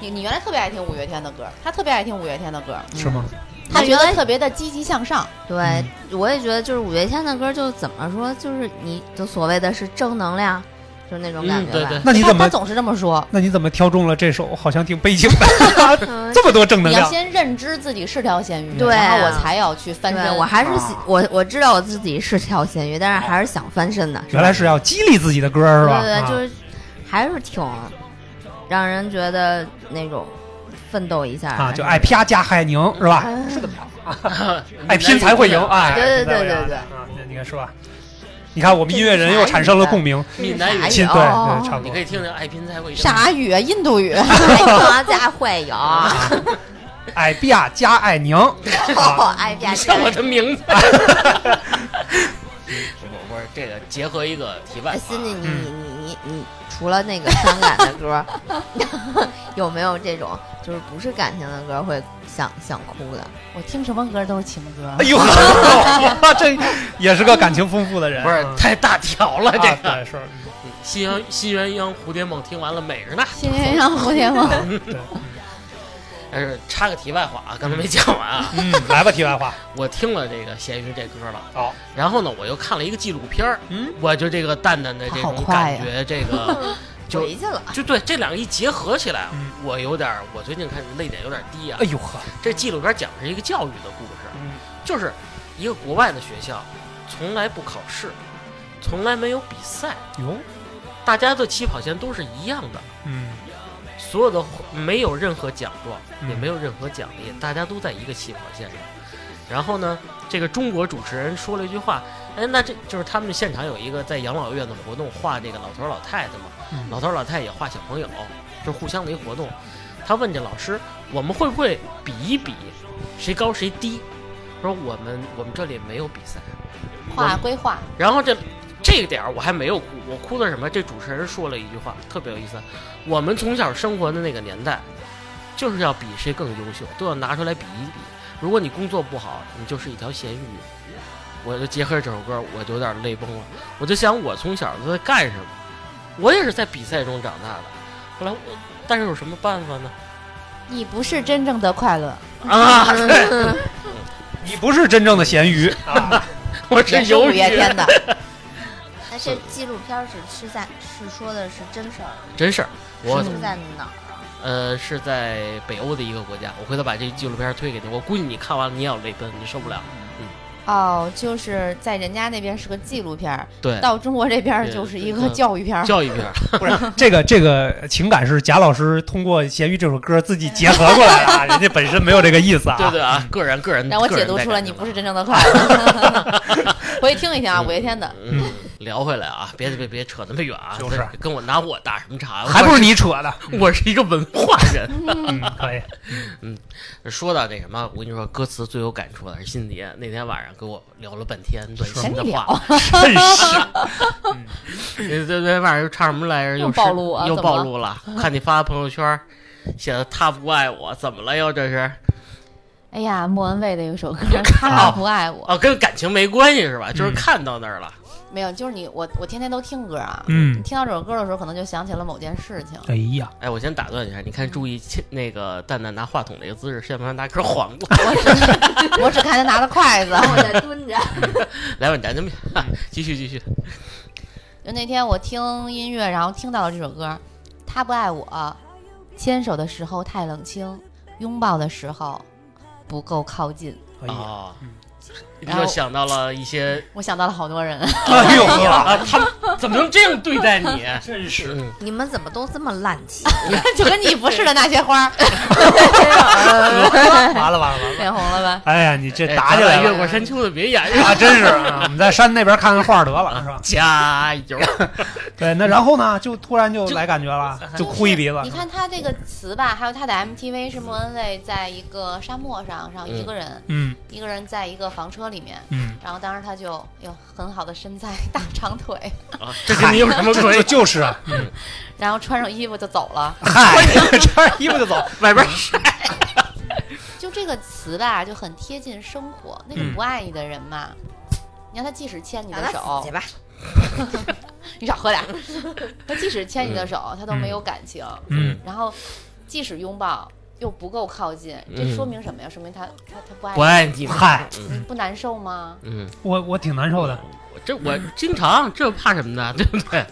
你你原来特别爱听五月天的歌，他特别爱听五月天的歌，嗯是吗？他觉原得来特别的积极向上。对，我也觉得就是五月天的歌，就怎么说，就是你就所谓的是正能量，就是那种感嗯，觉对吧。对，那你他怎么他总是这么说。那你怎么挑中了这首好像挺悲情 的，嗯这么多正能你要量？先认知自己是条咸鱼，对啊然后啊我才要去翻对，身。我还是喜我我知道我自己是条咸鱼，但是还是想翻身的。原来是要激励自己的歌对是吧？对啊对，就是还是挺让人觉得那种奋斗一下啊，就爱啪加海宁是吧？哎是这么着，爱拼才会赢，哎，对对对对对对啊，你看是吧？你看我们音乐人又产生了共鸣，闽南语这，是亲啥对呀哦对，差不你多可。以听听爱拼才会赢。啥语啊？印度语。爱哎家会 有，啊爱比亚加爱宁，啊哦，爱家你像我的名字。 我我这个结合一个题外 哎，话心啊，里你你你你你，除了那个伤感的歌儿， 有没有这种就是不是感情的歌儿会想想哭的？我听什么歌都是情歌 哎。呦，呵这这也是个感情丰富的人，不是啊太大条了，这啊个对是， 《新鸳新鸳鸯蝴蝶梦》听完了美着呢。新鸳鸯蝴蝶梦，嗯对，但是插个题外话啊，刚才没讲完啊。嗯，来吧，题外话，我听了这个咸鱼这歌了，好，然后呢，我又看了一个纪录片儿，嗯，我就这个蛋蛋的这好种快感呀觉，这 个就回去了，就对这两个一结合起来嗯，我有点儿，我最近看泪点有点低啊哎。呦呵，这纪录片讲的是一个教育的故事，嗯就是一个国外的学校，从来不考试，从来没有比赛，哟，大家的起跑线都是一样的，嗯所有的没有任何奖状，嗯也没有任何奖励，大家都在一个起跑线上。然后呢，这个中国主持人说了一句话，哎，那这就是他们现场有一个在养老院的活动，画这个老头儿老太太嘛，嗯老头儿老太太也画小朋友，就是互相的一个活动。他问这老师，我们会不会比一比，谁高谁低？他说我们我们这里没有比赛。话归话，然后这这个点儿我还没有哭，我哭的是什么？这主持人说了一句话特别有意思，我们从小生活的那个年代，就是要比谁更优秀，都要拿出来比一比。如果你工作不好，你就是一条咸鱼。我就结合这首歌，我就有点泪崩了。我就想，我从小都在干什么？我也是在比赛中长大的。后来我，但是有什么办法呢？你不是真正的快乐，啊，对， 你不是真正的咸 鱼啊，我是也是鱿五鱼，月天的。那这纪录片是是在是说的是真事儿，真事儿。我是在哪儿？呃，是在北欧的一个国家。我回头把这纪录片推给你，我估计你看完了你也有泪奔，你受不了。哦，就是在人家那边是个纪录片儿，对，到中国这边儿就是一个教育片儿。教育片 儿，不是这个这个情感是贾老师通过咸鱼这首歌自己结合过来的 啊，人家本身没有这个意思啊，对对啊，个人个人。让我个解人读带出了感你情不是真正的快乐。回去听一听啊，五月天的。嗯，聊回来啊，别别别扯那么远啊，就是这跟我拿我打什么茬？啊还不是你扯的，我是我是一个文化人。嗯，可以，说到这什么，我跟你说，歌词最有感触的是辛迪，那天晚上跟我聊了半天暖是心的跟你话聊，啊真是。 对对对，晚上又唱什么来着？又是暴露啊又怎么暴了露了。看你发的朋友圈，写的他不爱我，怎么了又这是？哎呀，莫文蔚的有首歌《他不爱我》，哦，跟感情没关系是吧？就是嗯看到那儿了。没有，就是你我我天天都听歌啊。嗯你听到这首歌的时候，可能就想起了某件事情。 哎呀，哎，我先打断一下，你嗯看，注意切那个蛋蛋拿话筒这个姿势，像不像拿根黄 瓜？我只我只看他拿 了筷子。我在蹲着，来吧，你咱们嗯 继续继续。就那天我听音乐，然后听到了这首歌，《他不爱我》，牵手的时候太冷清，拥抱的时候不够靠近。哎呀，哦，你就想到了一些 我想到了好多人， 哎呦呵，啊，他们怎么能这样对待你？真是嗯，你们怎么都这么烂气？就跟你不是的那些 花儿，呃完了完了完了！脸红了吧？哎呀，你 这哎打起咱来俩了越过山丘的别演 啊，真是啊！我们在山那边看看画儿得了，是吧？加油！ 对，那然后呢，就突然就就来感觉了，就就哭一鼻子是。你看他这个词吧，还有他的 MTV 是莫文蔚在一个沙漠上，然后一个人、嗯一个人在一个房车里面，嗯，然后当时他就有很好的身材，大长腿，啊， 这跟你有什么关这系？ 就是 啊，嗯然后穿上衣服就走了。嗨，穿衣服就走，外边就这个词吧，就很贴近生活。那种嗯不爱你的人嘛，你看他即使牵你让的他死手去，吧！你少喝点儿， 他即使牵你的手，他都没有感情。嗯，然后即使拥抱又不够靠近，这嗯说明什么呀？说明他他他不爱不爱你。嗨，你，不难受吗？嗯，我我挺难受的。我这我经常，这怕什么呢？ 对不对？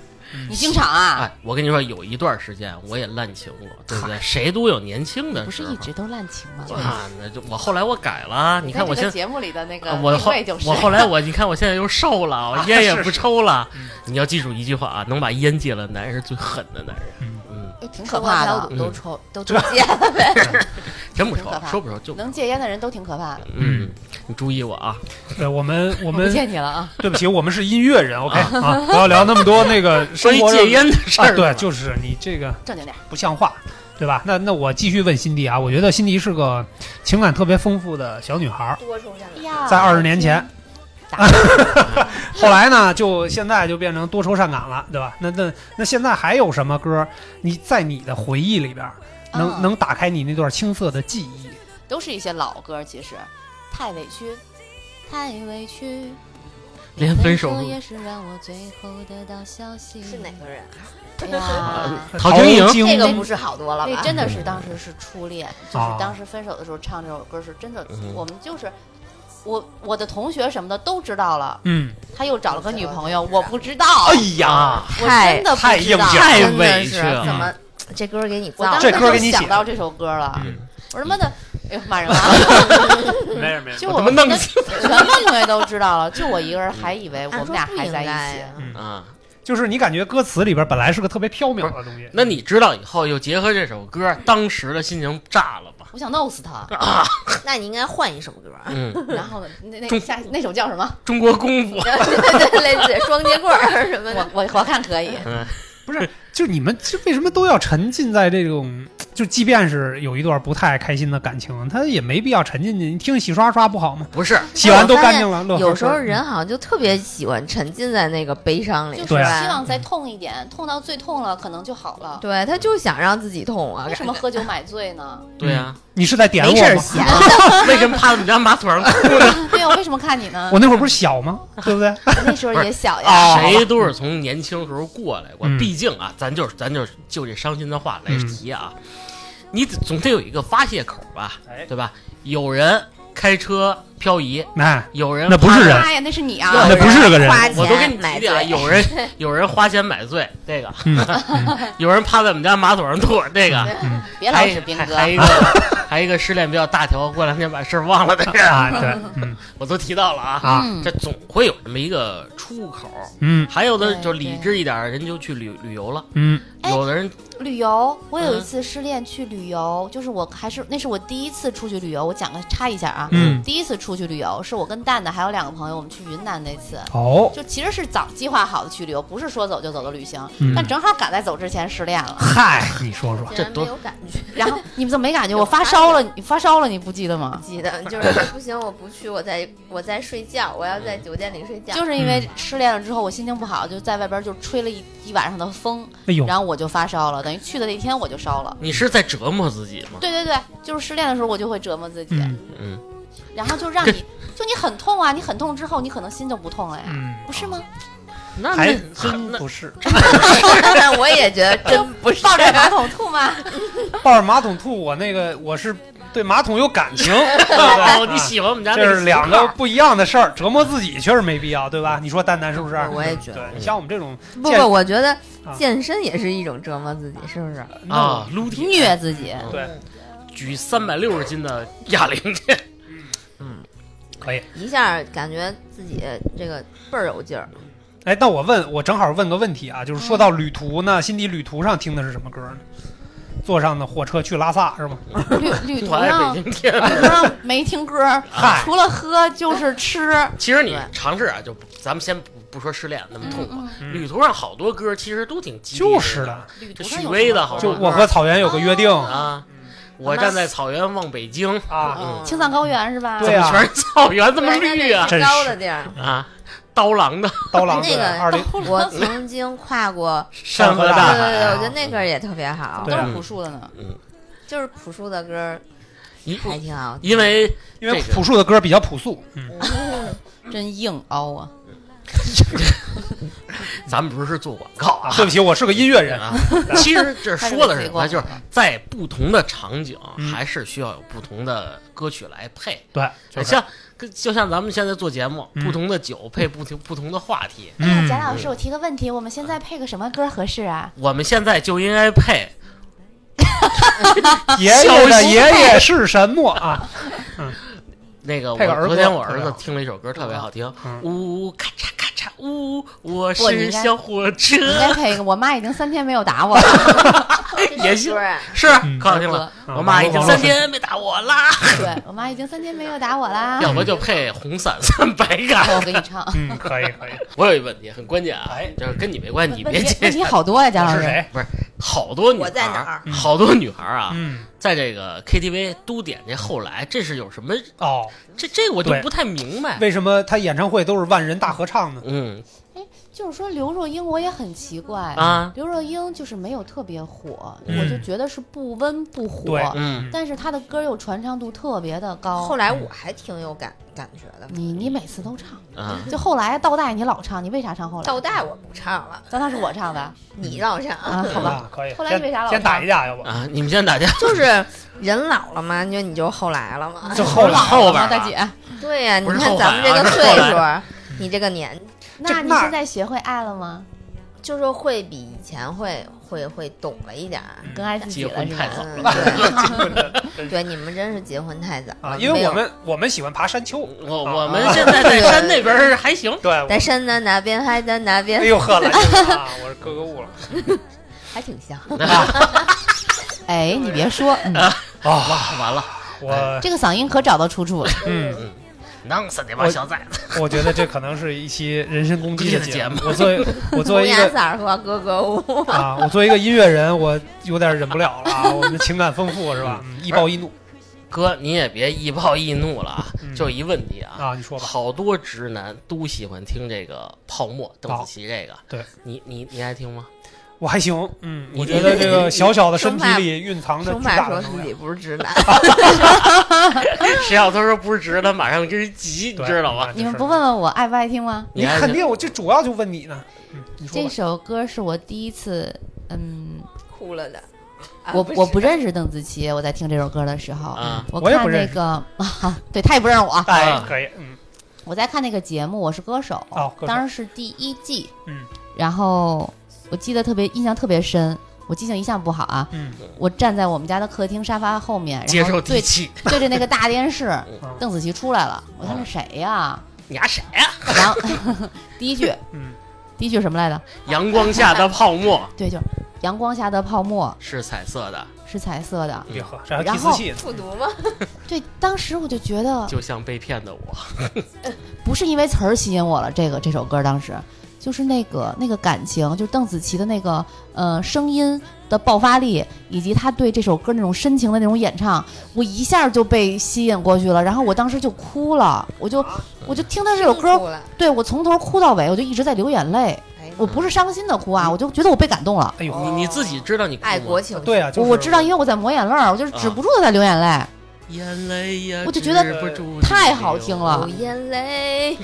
你经常啊，哎，我跟你说，有一段时间我也滥情过，对不对？谁都有年轻的不时是候一直都滥情吗？啊，那就我后来我改了，你看我在现这个节目里的那个啊我定后位就是我后来我你看我现在又瘦了，我烟也是不抽了。你要记住一句话啊，能把烟戒了的男人是最狠的男人。嗯嗯，哎挺可车怕过桥的，堵都抽都都戒了呗。真不挺抽啊可，怕说不抽就能戒烟的人都挺可怕的。嗯，你注意我啊。对我们我不们见你了啊！对不起，我们是音乐人，OK 啊，不要聊那么多那个 关生于活戒烟的事啊，儿，嗯对，就是你这个正经点儿，不像话，对吧？那那我继续问辛迪啊，我觉得辛迪是个情感特别丰富的小女孩儿，多抽上哎呀在二十年前，打后来呢，就现在就变成多愁善感了，对吧？那那那现在还有什么歌？你在你的回忆里边儿能、嗯能打开你那段青涩的记忆？都是一些老歌，其实太委屈，太委屈。连分手也是让我最后得到消息。是哪个人？啊哎呀，陶晶莹这个莹不是好多了那吧？真的是当时是初恋，就是啊当时分手的时候唱这首歌是真的嗯，我们就是。我我的同学什么的都知道了，嗯，他又找了个女朋友，我不知道，哎呀，我真的不太知硬道。气了太真的委是屈了。嗯怎么这歌给你我造当的？时这歌给就你写想到这首歌了，嗯我他妈的，哎呦骂 人了！没事没就我我他妈们弄跟死全班同学都知道了，就我一个人还以为我按们说俩不还应在该一起。啊啊？就是你感觉歌词里边本来是个特别缥缈的东西，那你知道以后又结合这首歌，当时的心情炸了吧？我想弄死 他，那你应该换一首歌，啊嗯，然后呢，那那中下那首叫什 么？中国功夫，类似双截棍儿什么我的。我我看可以，就你们这为什么都要沉浸在这种，就即便是有一段不太开心的感情，他也没必要沉浸进。你听洗刷刷不好吗？不是洗完都干净了，乐呵呵有时候人好像就特别喜欢沉浸在那个悲伤里，就是是对啊希吧？望再痛一点，痛到最痛了，可能就好 了。对，他就想让自己痛啊。为什么喝酒买 醉呢？对啊，你是在点没事我儿吗？闲，为什么趴在你家马桶上哭呢？对呀，我哎为什么看你呢我？那会儿不是小吗？对不对？那时候也小呀，啊，谁都是从年轻时候过来过嗯，毕竟啊，咱就是咱就是就这伤心的话来嗯提啊，你得总得有一个发泄口吧哎，对吧？有人开车漂移，哎，有人那不是人妈呀，那是你啊！那不是个人。花我都给钱你买提点儿，醉， 有人 有人花钱买醉，这个嗯， 有人趴在我们家马桶上吐，这啊个，嗯别老还指兵还哥，还一个 还一个失恋比较大条，过两天把事儿忘了 的人，啊，对，嗯我都提到了啊，啊，嗯这总会有这么一个出口。嗯还有的对就理智一点儿，人就去旅旅游了，嗯哎有的人旅游，我有一嗯次失恋去旅游，就是我还是那是我第一次出去旅游。我讲个插一下啊，嗯，第一次出去旅游是我跟蛋蛋还有两个朋友，我们去云南那次，哦，就其实是早计划好的去旅游，不是说走就走的旅行，嗯但正好赶在走之前失恋 了。嗨，你说说，这多没有感觉。然后你们怎么没感觉？我发烧了，你发烧了，你不记得吗？记得就是不行，我不去，我在我在睡觉，我要在酒店里睡觉。就是因为失恋了之后，我心情不好，就在外边就吹了一一晚上的风，哎呦，然后我就发烧了，等于去的那天我就烧了。你是在折磨自己吗？对对对，就是失恋的时候，我就会折磨自己，嗯嗯，然后就让你，就你很痛啊，你很痛之后，你可能心就不痛了呀，嗯，不是吗？那还那真那不是， 我也觉得真不是抱着马桶吐 啊吗？抱着马桶吐，我那个我是对马桶有感 情，哦，你啊喜欢我们家那这是俗两套个不一样的事儿，折磨自己确实没必要，对吧？你说蛋蛋是不是？我也觉得对，你像我们这种不健不，我觉得健身也是一种折磨自己，是不是？啊，撸铁虐自己，对，举三百六十斤的哑铃去。嗯，可以。一下感觉自己这个倍儿有劲儿。哎，那我问，我正好问个问题啊，就是说嗯到旅途呢，辛迪旅途上听的是什么歌呢？坐上的火车去拉萨是吗？旅旅途我 在上北京天安门。旅途上没听歌儿，嗨除了喝就是吃。其实你对尝试啊，就不咱们先不不说失恋那么痛苦，嗯旅途上好多歌其实都挺激励人就是的， 旅这途许上有巍什的么歌好就吗我和草原有个约定嗯啊。我站在草原望北京，啊，嗯青藏高原是吧？对啊全是草原，这么绿啊真高是的地儿，啊！刀郎的刀郎那对个二零我曾经跨过，山河对大对海对，我啊，觉得那歌儿也特别好对，都是朴树的呢。就是朴树的歌儿因还挺好。因为因为这个朴树的歌比较朴素，嗯，真硬凹啊！咱们不是做广告 啊，对不起，我是个音乐人，啊， 其实这说的是什么？还是就得推广是在不同的场景嗯，还是需要有不同的歌曲来配。对，就是像跟就像咱们现在做节目，嗯不同的酒配不同不同的话题。哎呀，嗯贾老师，我提个问题，我们现在配个什么歌合适啊？我们现在就应该配爷爷的爷爷是神么 啊？那个，配个我儿歌昨天我特儿别子好听了一首歌，特别好听嗯，呜咔嚓咔嚓呜，我不你是应该小火你 车，再配一个，我妈已经三天没有打 我了。也这首行歌儿啊，是嗯可好听了。啊我妈已经网络三天没打我啦，对我妈已经三天没有打我啦。哦要不就配红伞三百杆。 我给你唱。嗯，可以可以，我有一问题很关键啊哎，就是跟你没关系，你问别问介问题好多呀，贾我老是师。谁？好多女孩我在哪儿嗯好多女孩啊，嗯，在这个 KTV 都点这后来，这是有什么？哦，这这个我就对不太明白。为什么他演唱会都是万人大合唱呢？嗯就是说刘若英，我也很奇怪。啊刘若英就是没有特别火，嗯我就觉得是不温不火对，嗯，但是她的歌又传唱度特别的哦高。后来我还挺有感感觉的。你你每次都唱，啊，就后来倒带你老唱，你为啥唱后来？倒带我不唱了，倒带是我唱的啊，嗯你让我唱。好吧。啊，可以。后来你为啥老先先打一架，要不？啊，你们先打架。 就是人老了嘛，你就你就后来了嘛。就后来后边儿啊大姐，对呀、你不是看后咱们来这啊个是岁后来数儿，你这个年纪这那你那现在学会爱了吗？就是会比以前会会会懂了一点儿。更爱自己结了婚是太吧？早嗯，了对， 对，你们真是结婚太早啊，了，因为没我有们我们喜欢爬山丘，我啊我们现在在山那边儿还 行。对，我在山的那边，海的那边哎，呦 呵，来劲了啊，我是格格物了还挺像。哎，你别说，嗯啊，哎完了，我这个嗓音可找到 出处了。嗯。弄死那帮小崽子！我觉得这可能是一期人身攻击的节目攻击的节。 我作为我作红为一牙 个色儿和格格巫，啊，我作为一个音乐人，我有点忍不了了啊。我们情感丰富是吧？嗯易暴易怒哥，你也别一暴易怒了啊嗯！就一问题啊，啊，你说吧。好多直男都喜欢听这个泡沫邓紫棋这个。对，你你你爱听吗？我还行，嗯，你我觉得这个小小的身体生怕里蕴藏着生巨怕大说的自能己量，不是直男，谁要他说不是直男，马上就是急，你对知道吗？？你们不就是问问我爱不爱听吗？你爱肯听定，我这主要就问你呢。嗯，你说这吧。首歌是我第一次，嗯，哭了的。啊我不我不是认识邓紫棋，我在听这首歌的时候啊，我我也不看那认识个啊，对他也不认识我，哎啊，可以，嗯，我在看那个节目《我是歌手哦歌》，手当时是第一季，嗯，然后我记得特别印象特别深，我记性一向不好啊，嗯，我站在我们家的客厅沙发后面，接然受后地对气， 对着那个大电 视嗯，邓紫棋出来了，我想哦这谁呀？你丫谁呀？然后 第一句，嗯，第一句什么来着？阳光下的泡 沫对，就是阳光下的泡沫是彩色的，是彩色的。别喝，这还然提后词器呢。复读吗？对，当时我就觉得就像被骗的我。不是因为词儿吸引我了，这个这首歌当时就是那个那个感情，就是邓紫棋的那个呃声音的爆发力，以及她对这首歌那种深情的那种演唱，我一下就被吸引过去了。然后我当时就哭了，我就我就听到这首真歌，哭了，对我从头哭到尾，我就一直在流眼泪。哎我不是伤心的哭嗯啊，我就觉得我被感动了。哎呦，你你自己知道你哭吗哦爱国情绪对啊，就我是啊我知道，因为我在抹眼泪儿，我就是止不住的在流眼泪。眼泪呀，我就觉得止不住太好听了有眼泪，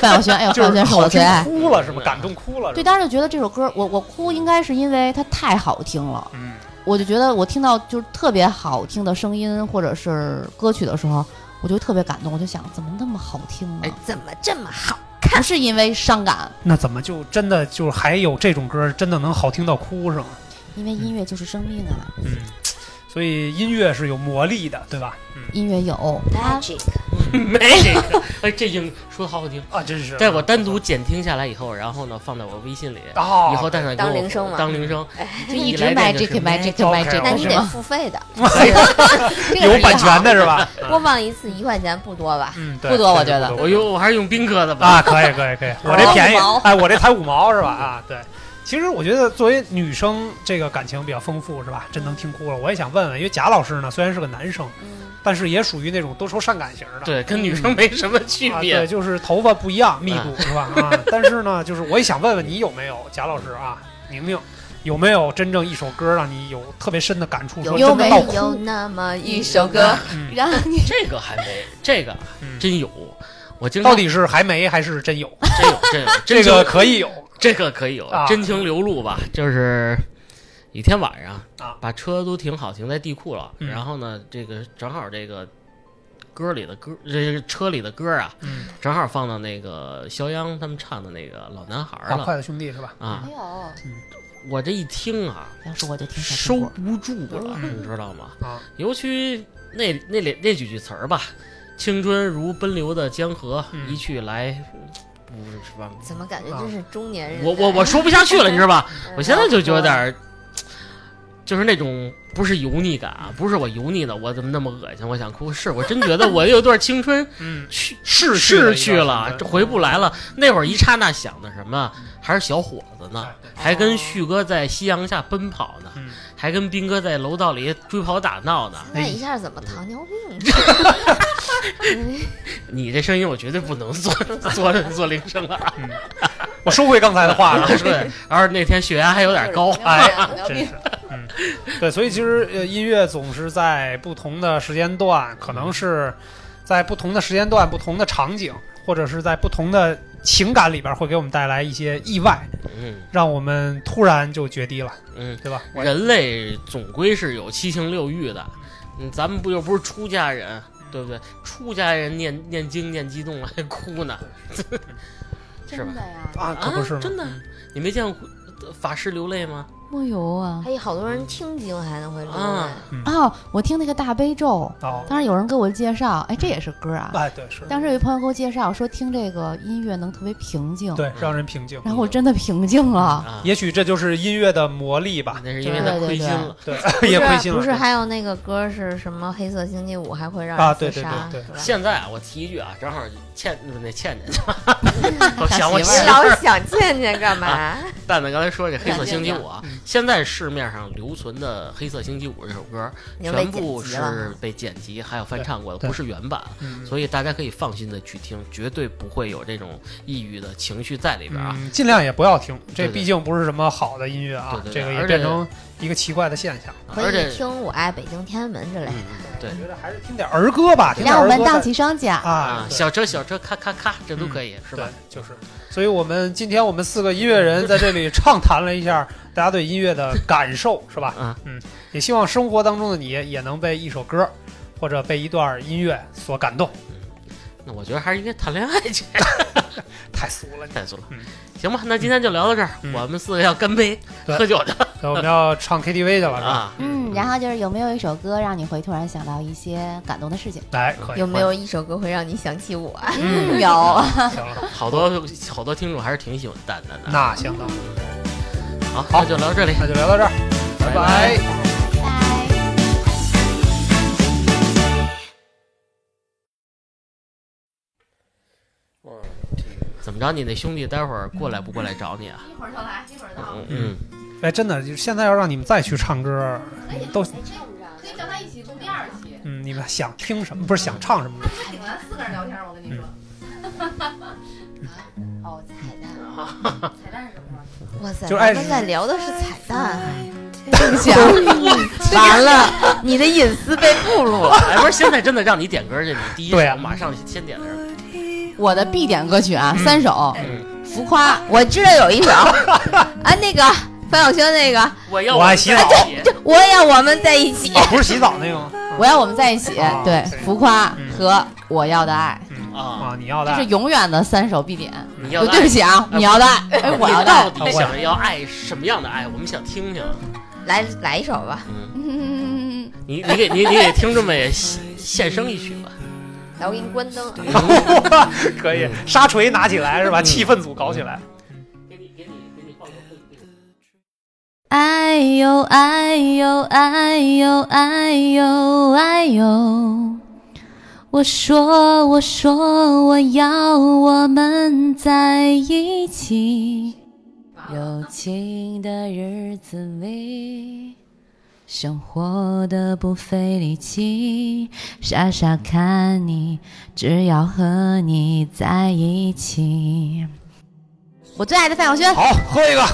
范晓萱，哎呦，就范晓是萱是我好的听最爱。哭了是吧？感动哭了，对，，当时就觉得这首歌，我我哭应该是因为它太好听了。嗯，我就觉得我听到就是特别好听的声音或者是歌曲的时候，我就特别感动，我就想怎么那么好听啊？哎怎么这么好？不是因为伤感，那怎么就真的就是还有这种歌真的能好听到哭是吗？因为音乐就是生命啊！嗯，所以音乐是有魔力的，对吧？嗯音乐有它， Magic， 没这个，哎，这英说的好好听。啊，真是。对，我单独剪听下来以后，然后呢，放在我微信里，啊，以后带上给当我铃声嘛当铃声，哎 就一直来卖电这就个是卖这个卖这那个你是得吗？付费啊的，这个有版权的是吧？播放一次一块钱不多吧？嗯，对不多我觉对得不多我哎用我还是用斌哥的吧。啊，可以可以可以，我这便宜五毛，哎，我这才五毛是吧？啊，对。其实我觉得作为女生，这个感情比较丰富是吧？真能听哭了。我也想问问，因为贾老师呢，虽然是个男生，嗯，但是也属于那种多愁善感型的。对，跟女生没什么区啊，对，别。嗯就是头发不一样，密度是吧？啊，但是呢，就是我也想问问你有没有贾老师啊，宁宁有没有真正一首歌让你有特别深的感触，说有真没的到有有哭？有那么一首歌啊嗯让你这个还没，这个嗯真有。我经常到底是还没还是真有？真有， 真有，这 真个情可以有这个可以有啊真情流露吧，就是一天晚上啊把车都停好，停在地库了，嗯然后呢，这个正好这个歌里的歌，这个车里的歌啊，嗯正好放到那个肖央他们唱的那个《老男孩》啊，了筷子兄弟是吧？哎啊没，有，我这一听啊，要是我就听收收不住了，嗯你知道吗？啊，尤其那那里那几句词儿吧，“青春如奔流的江河，嗯一去来”，不是吧？怎么感觉真是中哎年人？我我我说不下去了，你知道吧？嗯我现在就觉得有点儿，就是那种不是油腻感啊，不是我油腻的，我怎么那么恶心？我想哭，是我真觉得我有段青春嗯，去逝逝去了一了，段这时间，回不来了。那会儿一刹那想的什么？还是小伙子呢哎，还跟旭哥在夕阳下奔跑呢，嗯，还跟斌哥在楼道里追跑打闹呢。那一下怎么糖尿病？你这声音我绝对不能做 做做铃声了啊。我收回刚才的话 了。对，而那天血压还有点高，啊哎啊糖尿真病是，嗯， 对，所以其实呃，音乐总是在不同的时间段，可能是在不同的时间段、不同的场景，或者是在不同的情感里边，会给我们带来一些意外，嗯让我们突然就决堤了，嗯。对吧？我人类总归是有七情六欲的，嗯，咱们不又不是出家人，对不对？出家人念念经念激动了还哭呢，是吧真的呀，啊，可不是吗？真的嗯你没见过呃法师流泪吗？木有啊哎，好多人听经还能会流泪啊，哦，我听那个大悲咒，哦，当时有人给我介绍，哎，这也是歌啊。哎，对，是，当时有一朋友给我介绍说听这个音乐能特别平静，对，让人平静。然后我真的平静了。啊，也许这就是音乐的魔力吧，那是因为他亏心了。对，不 是啊也亏心了。不是，还有那个歌是什么？黑色星期五还会让啊人对自对杀，对是吧？现在啊，我提一句啊，正好倩那倩倩，我想我啊媳媳妇你 妇儿老儿想倩倩干嘛？蛋蛋刚才说这黑色星期五啊，现在市面上留存的《黑色星期五》这首歌，已经被全剪部辑了是。被剪辑还有翻唱过的，对不是原版。啊嗯所以大家可以放心的去听，绝对不会有这种抑郁的情绪在里边啊。嗯，尽量也不要听，这对对毕竟不是什么好的音乐啊，对对对这个而也且变成一个奇怪的现象。可而且以，听《我爱北京天安门》之类嗯的。，对我觉得还是听点儿歌吧，听点让我儿歌们在荡起双桨，啊啊，，小车小车咔咔咔，这都可以是对吧？？就是，所以我们今天我们四个音乐人在这里畅谈了一下大家对音乐的感受，是吧？ 嗯嗯，也希望生活当中的你也能被一首歌或者被一段音乐所感动。那我觉得还是应该谈恋爱去，太俗了， 你太俗了嗯。行吧，那今天就聊到这儿，嗯我们四个要干杯对喝酒去了所以我们要唱 KTV 去了，是吧？啊！嗯，然后就是有没有一首歌让你会突然想到一些感动的 事情？来，可以，有没有一首歌会让你想起我？啊 嗯有，行了，好多好多听众还是挺喜欢蛋蛋的。那行了，好，那就聊到这里，那就聊到这儿，拜拜拜。怎么着？你那兄弟待会儿过来不过来找你啊？一会儿就来，一会儿嗯嗯，哎，真的，就是现在要让你们再去唱歌，都可以叫他一起录第二期。嗯，你们想听什么？不是想唱什么？顶咱四个人聊天，我跟你说。哦，彩蛋，彩蛋是什么？哇塞，就咱爱们在聊的是彩蛋，梦想， 完了，你的隐私被暴露了。哎，不是，现在真的让你点歌去，你第一对啊首马上先点的是什么？我的必点歌曲啊，三首，嗯，浮夸，我知道有一 首，啊，那个范晓萱那个，我要我爱洗澡哎对我要我们在一嗯起。啊，不是洗澡那个吗？啊我要我们在一起哦，对对，浮夸嗯和我要的爱，嗯啊，啊，你要的这 是永远的三首必点。你要对的对不起啊，哎你要的爱，哎，我要你的到爱，底想要爱什么样的爱？我们想听听。来来一首吧，嗯，嗯你你给你你给听众们也献献声一曲吧，来，我给你关灯啊。可以，沙锤拿起来嗯是吧？气氛组搞起来，哎呦哎呦哎呦哎呦哎呦！我说我说我要我们在一起，友情的日子里，生活的不费力气，傻傻看你，只要和你在一起。我最爱的范晓萱，好，喝一个，